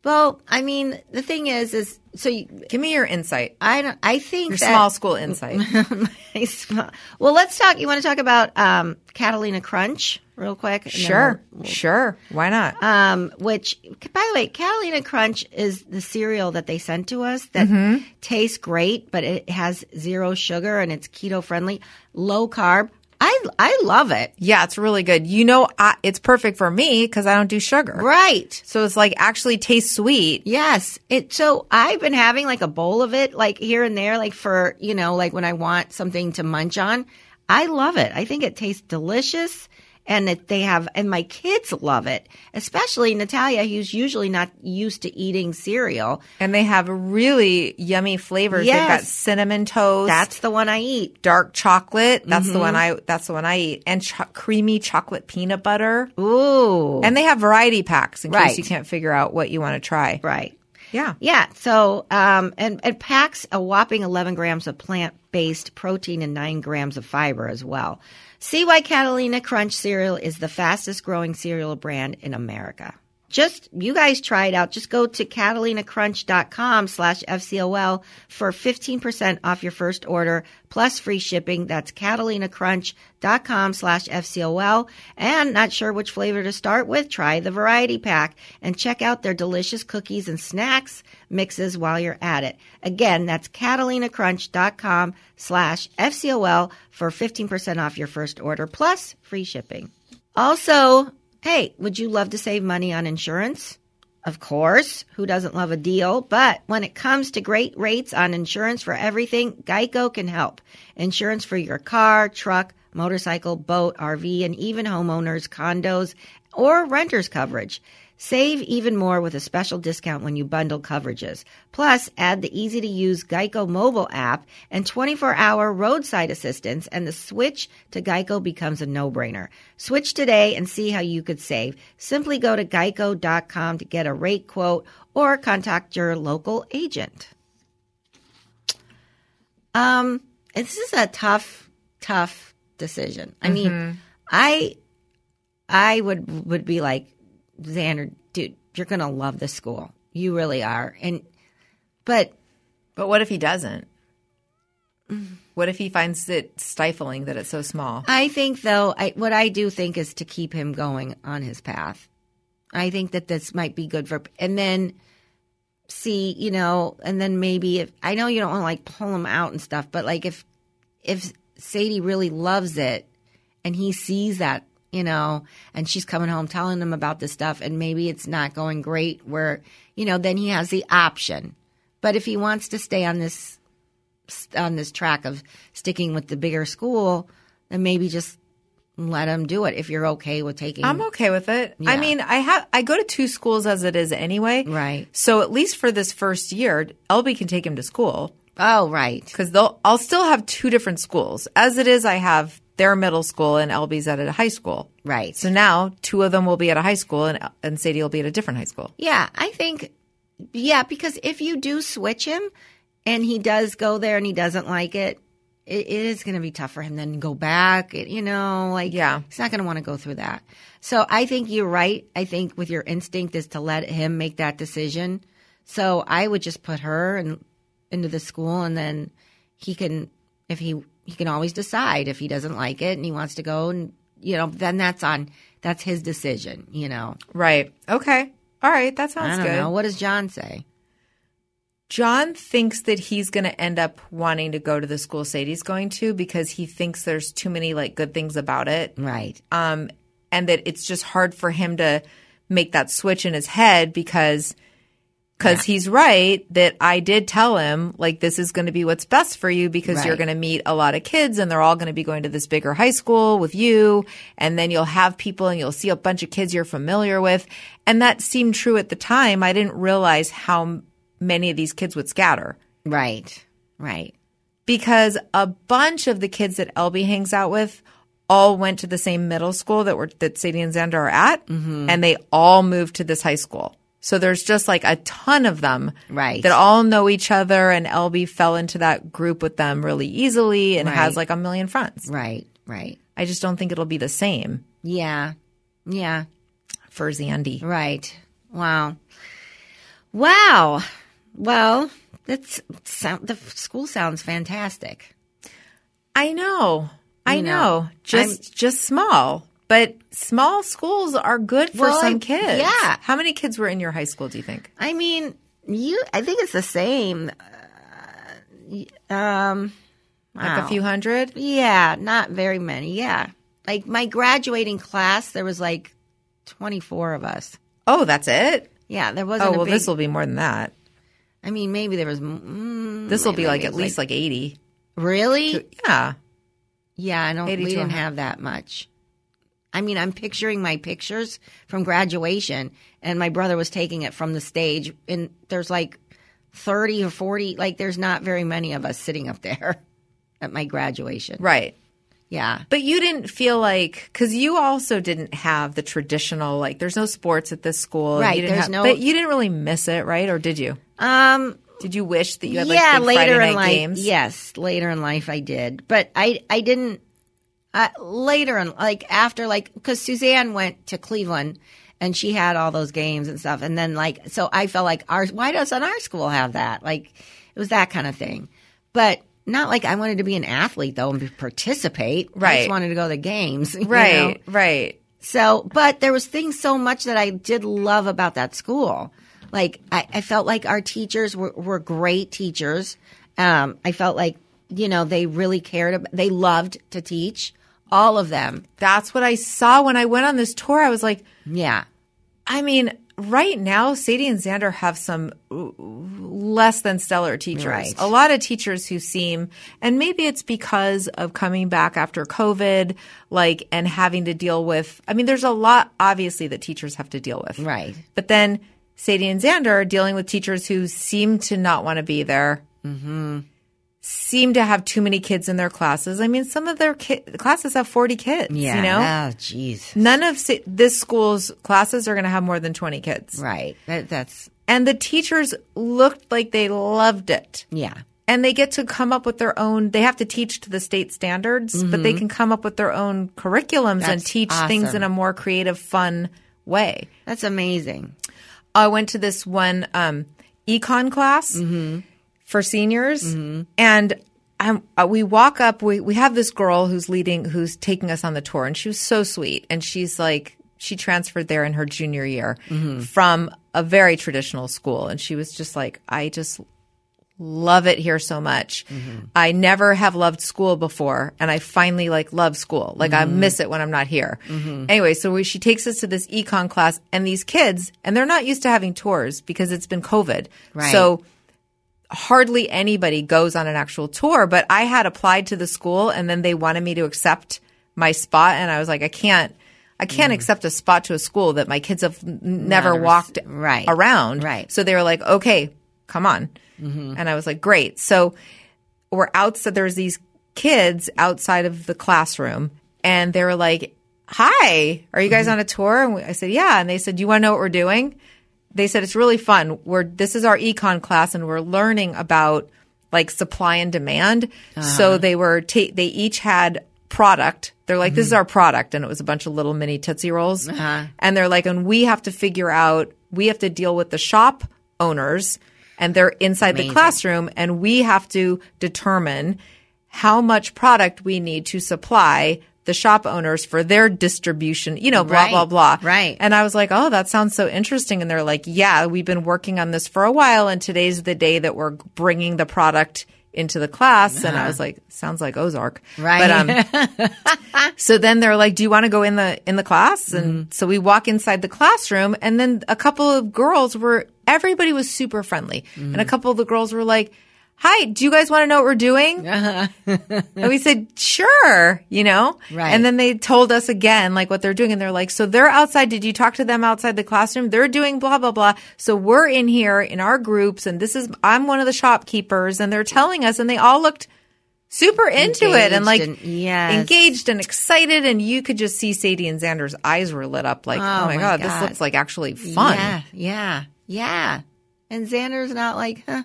Well, I mean, the thing is, is so you,
Give me your insight,
I don't. I think
your
that,
small school insight.
My small- well, let's talk. You want to talk about um, Catalina Crunch real quick? And then
sure, sure. Why not?
we'll- um, which, by the way, Catalina Crunch is the cereal that they sent to us that
Mm-hmm.
tastes great, but it has zero sugar and it's keto friendly, low carb. I I love it.
yeah, it's really good. You know, I, it's perfect for me because I don't do sugar.
Right.
So it's like actually tastes sweet.
Yes. It so I've been having like a bowl of it like here and there like for, you know, like when I want something to munch on. I love it. I think it tastes delicious and it, they have and my kids love it, especially Natalia, who's usually not used to eating cereal.
And they have really yummy flavors. They've got
Yes.
cinnamon toast.
That's the one I eat.
dark chocolate. That's the one I. That's the one I eat. And cho- creamy chocolate peanut butter.
Ooh,
And they have variety packs in case
Right.
you can't figure out what you want to try.
right.
Yeah.
Yeah. So, um, and it packs a whopping 11 grams of plant based protein and 9 grams of fiber as well. See why Catalina Crunch cereal is the fastest growing cereal brand in America. Just, you guys try it out. Just go to catalinacrunch.com slash FCOL for 15% off your first order plus free shipping. That's catalinacrunch.com slash FCOL. And not sure which flavor to start with? Try the variety pack and check out their delicious cookies and snacks mixes while you're at it. Again, that's catalinacrunch.com slash FCOL for 15% off your first order plus free shipping. Also, hey, would you love to save money on insurance? Of course, who doesn't love a deal? But when it comes to great rates on insurance for everything, Geico can help. Insurance for your car, truck, motorcycle, boat, RV, and even homeowners, condos, or renters coverage. Save even more with a special discount when you bundle coverages. Plus, add the easy to use Geico mobile app and 24 hour roadside assistance, and the switch to Geico becomes a no brainer. Switch today and see how you could save. Simply go to geico.com to get a rate quote or contact your local agent. Um, this is a tough, tough decision. I mean, I, I would would be like, Xander, dude, you're gonna love this school. You really are. And but
But what if he doesn't? What if he finds it stifling that it's so small?
I think though, I, what I do think is to keep him going on his path. I think that this might be good for, and then see, you know, and then maybe if I know you don't want to like pull him out and stuff, but like if if Sadie really loves it and he sees that, you know, and she's coming home telling him about this stuff, and maybe it's not going great, where you know, then he has the option. But if he wants to stay on this on this track of sticking with the bigger school, then maybe just let him do it if you're okay with taking.
I'm okay with it. I
Mm. Yeah.
mean, I have I go to two schools as it is anyway.
Right.
So at least for this first year, Elby can take him to school
oh, right.
because they'll I'll still have two different schools. As it is, I have their middle school and Elby's at a high school.
Right.
So now two of them will be at a high school and and Sadie will be at a different high school.
Yeah, I think, yeah, because if you do switch him and he does go there and he doesn't like it, it, it is going to be tough for him then to go back. It, you know, like,
Yeah.
he's not going to want to go through that. So I think you're right. I think with your instinct is to let him make that decision. So I would just put her in, into the school and then he can, if he, he can always decide if he doesn't like it and he wants to go and, you know, then that's on, that's his decision, you know.
Right. Okay. All right. That sounds
I don't
good.
know. What does John say?
John thinks that he's going to end up wanting to go to the school Sadie's going to because he thinks there's too many like good things about it.
Right.
um, and that it's just hard for him to make that switch in his head because because he's right that I did tell him like this is going to be what's best for you because you're
Right.
going to meet a lot of kids and they're all going to be going to this bigger high school with you and then you'll have people and you'll see a bunch of kids you're familiar with and that seemed true at the time I didn't realize how m- many of these kids would scatter
Right. Right.
because a bunch of the kids that Elby hangs out with all went to the same middle school that were that Sadie and Xander are at,
Mm-hmm.
and they all moved to this high school. So there's just like a ton of them,
Right.
That all know each other, and Elby fell into that group with them really easily and has
Right.
like a million friends.
Right. Right.
I just don't think it'll be the same
Yeah. Yeah.
for Zandy.
Right. Wow. Wow. Well, that's sound, the school sounds fantastic.
I know, I
You
know,
know,
just just small. But small schools are good for
Well,
some
I-
kids.
yeah.
How many kids were in your high school? Do you think?
I mean, you. I think it's the same. Uh, um.
Like a
wow.
few hundred?
Yeah, not very many. Yeah. Like my graduating class, there was like twenty four of us.
Oh, that's it?
Yeah, there wasn't.
Oh,
a
well,
big-
this will be more than that.
I mean, maybe there was. Mm,
This will be
maybe
like
it
at
was,
least like 80.
Really?
Yeah.
Yeah, I don't. We
80 to
didn't
100.
have that much. I mean, I'm picturing my pictures from graduation, and my brother was taking it from the stage, and there's like 30 or 40, like, there's not very many of us sitting up there at my graduation.
Right.
Yeah.
But you didn't feel like because you also didn't have the traditional like there's no sports at this school, and
Right,
You didn't
there's
have-
no-
but you didn't really miss it, right? Or did you?
Um,
Did you wish that you had like
yeah,
big Friday
later in
night
life.
games?
Yes, later in life I did, but I I didn't. Uh, later in like after like because Suzanne went to Cleveland and she had all those games and stuff, and then like so I felt like ours. Why doesn't our school have that? Like it was that kind of thing, but. Not like I wanted to be an athlete though and participate. I
Right.
just wanted to go to the games. you know?
Right. Right.
So, but there was things so much that I did love about that school. Like I, I felt like our teachers were, were great teachers. Um, I felt like you know they really cared. About, they loved to teach all of them.
That's what I saw when I went on this tour. I was like,
Yeah,
I mean, right now, Sadie and Xander have some ooh, less than stellar teachers.
Right.
A lot of teachers who seem, and maybe it's because of coming back after COVID, like, and having to deal with, I mean, there's a lot, obviously, that teachers have to deal with.
right.
But then Sadie and Xander are dealing with teachers who seem to not want to be there. Mm-hmm. Seem to have too many kids in their classes. I mean, some of their ki- classes have 40 kids,
Yeah.
you know?
Oh, jeez.
None of si- this school's classes are going to have more than 20 kids.
Right. That, that's
And the teachers looked like they loved it.
yeah.
And they get to come up with their own, they have to teach to the state standards, but they can come up with their own curriculums and
Mm-hmm. That's
teach things
awesome.
in a more creative, fun way.
That's amazing.
I went to this one um, econ class for seniors, and I'm, uh, we walk up. We we have this girl who's leading, who's taking us on the tour, and she was so sweet. And she's like, she transferred there in her junior year from a very traditional school, and she was just like, I just love it here so much. I never have loved school before, and I finally like love school. Like I miss it when I'm not here. Anyway, so we, she takes us to this econ class, and these kids, and they're not used to having tours because it's been COVID.
Right.
So hardly anybody goes on an actual tour. But I had applied to the school, and then they wanted me to accept my spot, and I was like, I can't. I can't
Mm.
accept a spot to a school that my kids have n- never walked
right.
around.
Right. Mm-hmm.
So they were like, okay, come on. And I was like, great. So we're outside. There's these kids outside of the classroom and they were like, hi, are you guys
Mm-hmm.
on a tour? And we, I said, yeah. And they said, do you want to know what we're doing? They said, it's really fun. We're, this is our econ class and we're learning about like supply and demand.
Uh-huh.
So they were, ta- they each had product. They're like,
Mm-hmm.
this is our product. And it was a bunch of little mini Tootsie Rolls.
Uh-huh.
And they're like, and we have to figure out, we have to deal with the shop owners and they're inside the classroom and we have to determine how much product we need to supply the shop owners for their distribution, you know, blah,
Right.
blah, blah.
Right.
And I was like, oh, that sounds so interesting. And they're like, yeah, we've been working on this for a while. And today's the day that we're bringing the product into the class. And I was like, sounds like Ozark.
Right.
But, um, so then they're like, "Do you want to go in the in the class?" And so we walk inside the classroom, and then a couple of girls were. Everybody was super friendly, and a couple of the girls were like, "Hi, do you guys want to know what we're doing?" and we said, "Sure," you know.
Right.
And then they told us again, like what they're doing, and they're like, "So they're outside. Did you talk to them outside the classroom? They're doing blah blah blah. So we're in here in our groups, and this is I'm one of the shopkeepers, and they're telling us, and they all looked." Super into it and
Engaged
like
and- yes.
engaged and excited, and you could just see Sadie and Xander's eyes were lit up. Like, oh, my,
my
god, this
God.
looks like actually fun.
Yeah. Yeah. Yeah. And Xander's not like, huh?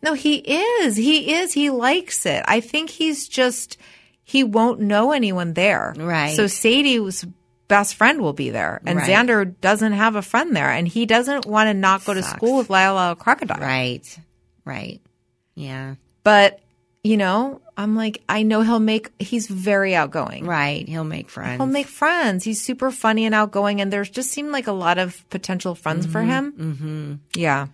No, he is. He is. He likes it. I think he's just he won't know anyone there.
Right.
So Sadie's best friend will be there, and
Right.
Xander doesn't have a friend there, and he doesn't want to not go to
Sucks.
school with Lyle Lyle Crocodile.
Right. Right. Yeah.
But you know, I'm like, I know he'll make. He's very outgoing.
Right. He'll make friends.
He'll make friends. He's super funny and outgoing, and there's just seemed like a lot of potential friends for him. Mm-hmm. Yeah.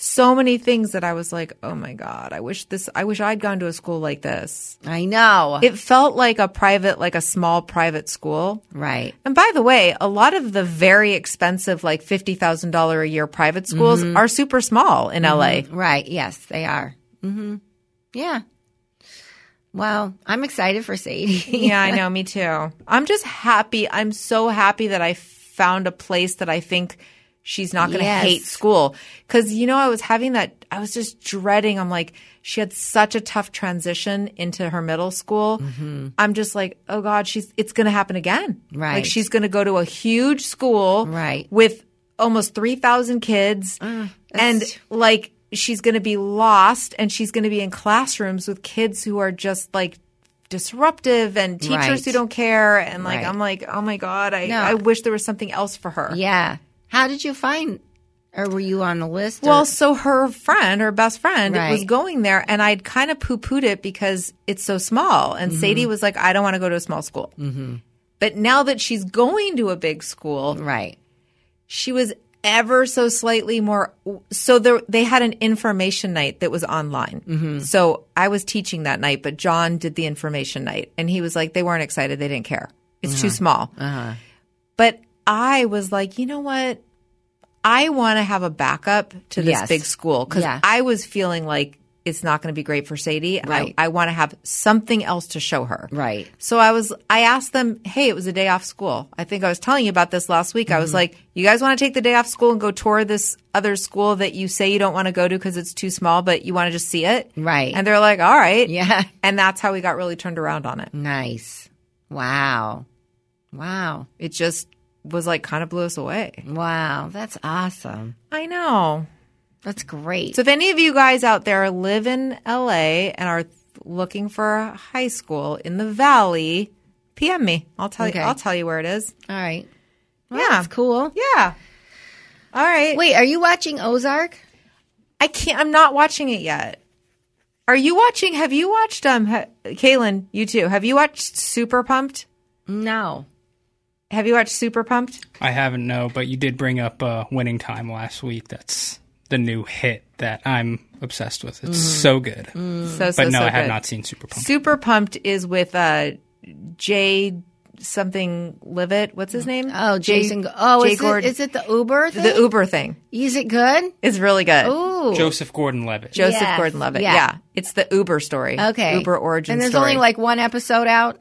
So many things that I was like, oh my God, I wish this, I wish I'd gone to a school like this.
I know.
It felt like a private, like a small private school.
right.
And by the way, a lot of the very expensive, like $50,000 a year private schools are super small in LA.
Right. Yes, they are. hmm Yeah. Mm-hmm. Well, I'm excited for Sadie.
Yeah, I know. Me too. I'm just happy. I'm so happy that I found a place that I think she's not going to
Yes.
hate school. Because, you know, I was having that, I was just dreading. I'm like, she had such a tough transition into her middle school. I'm just like, oh God, she's, it's going to happen again. Like
Mm-hmm. Right.
she's going to go to a huge school.
Right. Ah,
With almost 3,000 kids. and like, she's going to be lost and she's going to be in classrooms with kids who are just like, disruptive and teachers
Right.
who don't care and like
Right.
i'm like oh my god i,
No.
I wish there was something else for her
yeah. How did you find, or were you on the list? or-
well so her friend her best friend was
Right.
going there and i'd kind of poo-pooed it because it's so small and
Mm-hmm.
sadie was like i don't want to go to a small school mm-hmm. but now that she's going to a big school
right.
she was ever so slightly more so there, they had an information night that was online
Mm-hmm.
so i was teaching that night but john did the information night and he was like they weren't excited they didn't care it's
Uh-huh.
too small but i was like you know what i want to have a backup to this
Yes.
big school because
Yeah.
i was feeling like it's not going to be great for sadie and
Right.
i, I want to have something else to show her
Right.
so I was, I asked them, hey, it was a day off school. I think I was telling you about this last week.
Mm-hmm.
I was like, you guys want to take the day off school and go tour this other school that you say you don't want to go to because it's too small, but you want to just see it?
Right.
And they're like, all right.
Yeah.
And that's how we got really turned around on it.
Nice. Wow. Wow.
It just was like kind of blew us away.
Wow. That's awesome.
I know.
That's great.
So if any of you guys out there live in LA and are looking for a high school in the Valley, PM me. I'll tell
Okay.
you, I'll tell you where it is.
All right. Well,
Yeah.
That's cool.
Yeah. All right.
Wait, are you watching Ozark?
I can't. I'm not watching it yet. Are you watching? Have you watched? Um, ha- Kaylin, you too. Have you watched Super Pumped?
No.
Have you watched Super Pumped?
I haven't no, but you did bring up uh, Winning Time last week. That's the new hit that I'm obsessed with. It's so good.
So, Mm. so,
But no,
so
I have
good.
not seen Super Pump.
Super Pumped is with uh, Jay something Levitt. What's his name?
Oh,
Jay-
Jason. Go- oh,
Jay
is it,
Gordon.
is it the Uber thing?
the Uber thing
Is it good?
is really good.
Ooh.
Joseph Gordon-Levitt.
Joseph
Yes.
Gordon-Levitt. Yeah.
Oh, Yeah.
it's the Uber story.
Okay.
Uber origin.
And there's
story.
only like one episode out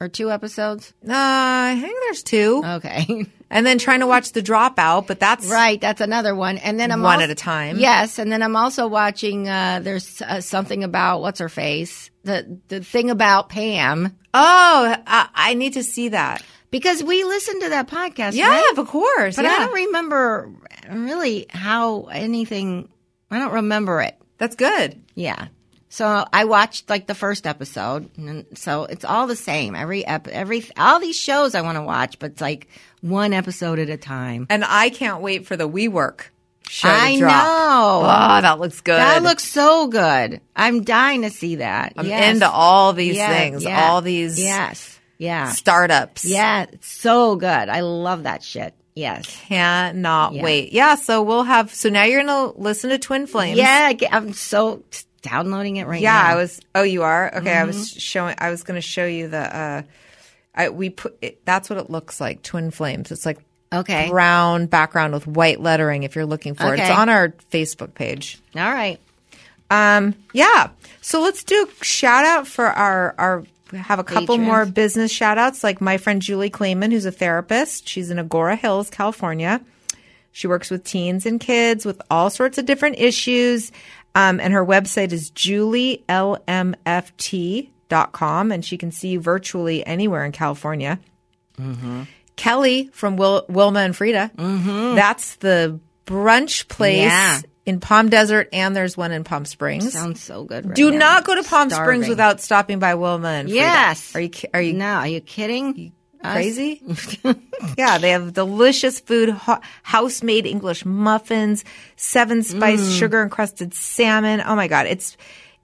or two episodes.
uh, I think there's two,
Okay.
and then trying to watch The Dropout, but that's
Oh. right. That's another one. And then I'm
One
als-
at a time.
Yes. And then I'm also watching, uh, there's uh, something about what's her face? The, the thing about Pam.
Oh, I, I need to see that.
Because we listened to that podcast.
Yeah,
right?
of course.
But
yeah.
I don't remember really how anything, I don't remember it.
That's good.
Yeah. So I watched like the first episode, and then- so it's all the same. Every ep- every all these shows I want to watch, but it's like one episode at a time.
And I can't wait for the WeWork show
I
to drop.
know.
Oh, that looks good.
That looks so good. I'm dying to see that.
I'm
Yes.
into all these
Yeah,
things,
yeah.
all these
Yes. Yeah.
startups.
Yeah. It's so good. I love that shit. Yes.
Cannot
Yeah.
wait. Yeah. So we'll have, so now you're going to listen to Twin Flames.
Yeah. I get- I'm so downloading it right
Yeah.
now.
I was, oh, you are? Okay. I was
Mm-hmm.
showing, I was going to show you the, uh, I, we put it, that's what it looks like. Twin Flames. It's like
Okay.
brown background with white lettering. If you're looking for it, it's
Okay.
on our Facebook page.
All right.
Um, yeah. So let's do a shout out for our our have a couple
Patrons.
more business shout outs like my friend Julie Clayman who's a therapist. She's in Agora Hills, California. She works with teens and kids with all sorts of different issues. Um, and her website is julielmft.com and she can see you virtually anywhere in California.
Mm-hmm.
Kelly from Wil- Wilma and Frida. Mm-hmm. That's the brunch place
Yeah.
in Palm Desert, and there's one in Palm Springs.
Sounds so good. Right
Do
now.
not go to Palm
Starving.
Springs without stopping by Wilma and Frida.
Yes.
Are you ki- are you
No, are you kidding? Us?
crazy? yeah, they have delicious food, ho- house made English muffins, seven spice
Mm.
sugar encrusted salmon. Oh my god, it's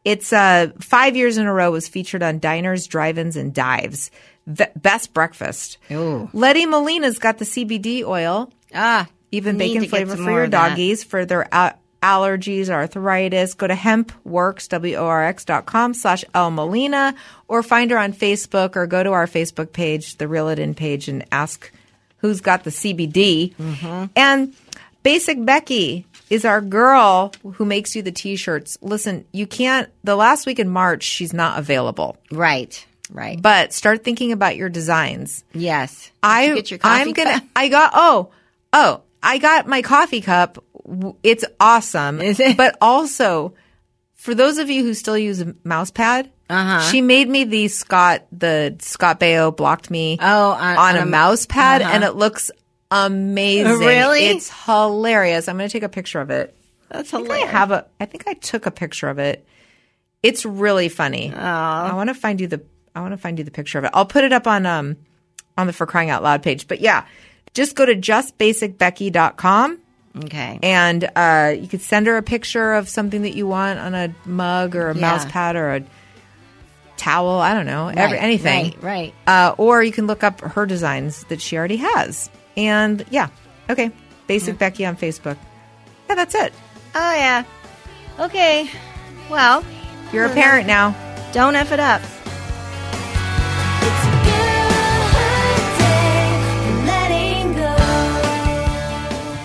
it's uh five years in a row was featured on diners, drive-ins, and dives. The best breakfast.
Ooh.
Letty Molina's got the CBD oil,
Ah,
even
need to
bacon
get
flavor
some
for
more
your
of that.
doggies for their a- allergies, arthritis. Go to hempworks, W-O-R-X dot com slash El Molina or find her on Facebook or go to our Facebook page, the Reel It In page
Mm-hmm.
and ask who's got the CBD. And Basic Becky is our girl who makes you the t-shirts. Listen, you can't the last week in March she's not available.
Right. Right.
But start thinking about your designs.
yes. Did
I
you get your coffee
I'm going
cup?
to I got oh, oh, I got my coffee cup. W- It's awesome.
Is it?
But also for those of you who still use a mouse pad, uh-huh. she made me the Scott the Scott Baio blocked me
Oh, on,
on, a,
m-
mouse pad and it looks amazing.
Really?
It's hilarious. I'm going to take a picture of it.
That's
I
hilarious.
have a I think I took a picture of it. It's really funny. I want to find you the I want to find you the picture of it. I'll put it up on um on the for crying out loud page. But yeah, just go to justbasicbecky.com
Okay.
and uh, you could send her a picture of something that you want on a mug or a
Yeah.
mouse pad or a towel, I don't know, every,
Right,
anything.
Right. Right.
Uh, or you can look up her designs that she already has. And yeah, okay.
Mm.
Basic Becky on Facebook. Yeah, that's it.
Oh yeah. Okay. Well,
You're a parent now.
don't f it up.
It's a good day for letting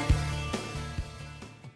go.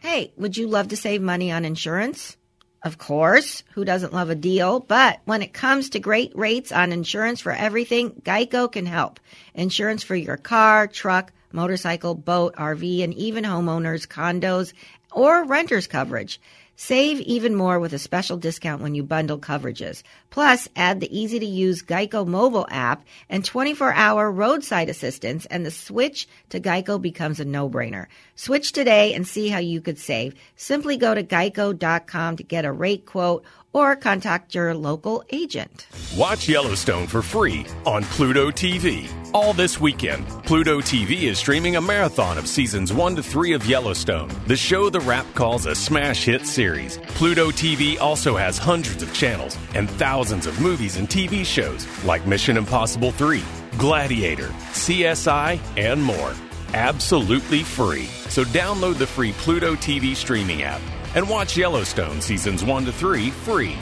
Hey, would you love to save money on insurance? Of course, who doesn't love a deal? But when it comes to great rates on insurance for everything, Geico can help. Insurance for your car, truck, motorcycle, boat, RV, and even homeowners, condos, or renters coverage. Save even more with a special discount when you bundle coverages. Plus, add the easy to use Geico mobile app and 24 hour roadside assistance, and the switch to Geico becomes a no brainer. Switch today and see how you could save. Simply go to geico.com to get a rate quote or contact your local agent.
Watch Yellowstone for free on Pluto TV. All this weekend, Pluto TV is streaming a marathon of seasons 1 to 3 of Yellowstone, the show the rap calls a smash hit series. Pluto TV also has hundreds of channels and thousands of movies and TV shows like Mission Impossible 3, Gladiator, CSI, and more. Absolutely free. So download the free Pluto TV streaming app and watch Yellowstone seasons 1 to 3 free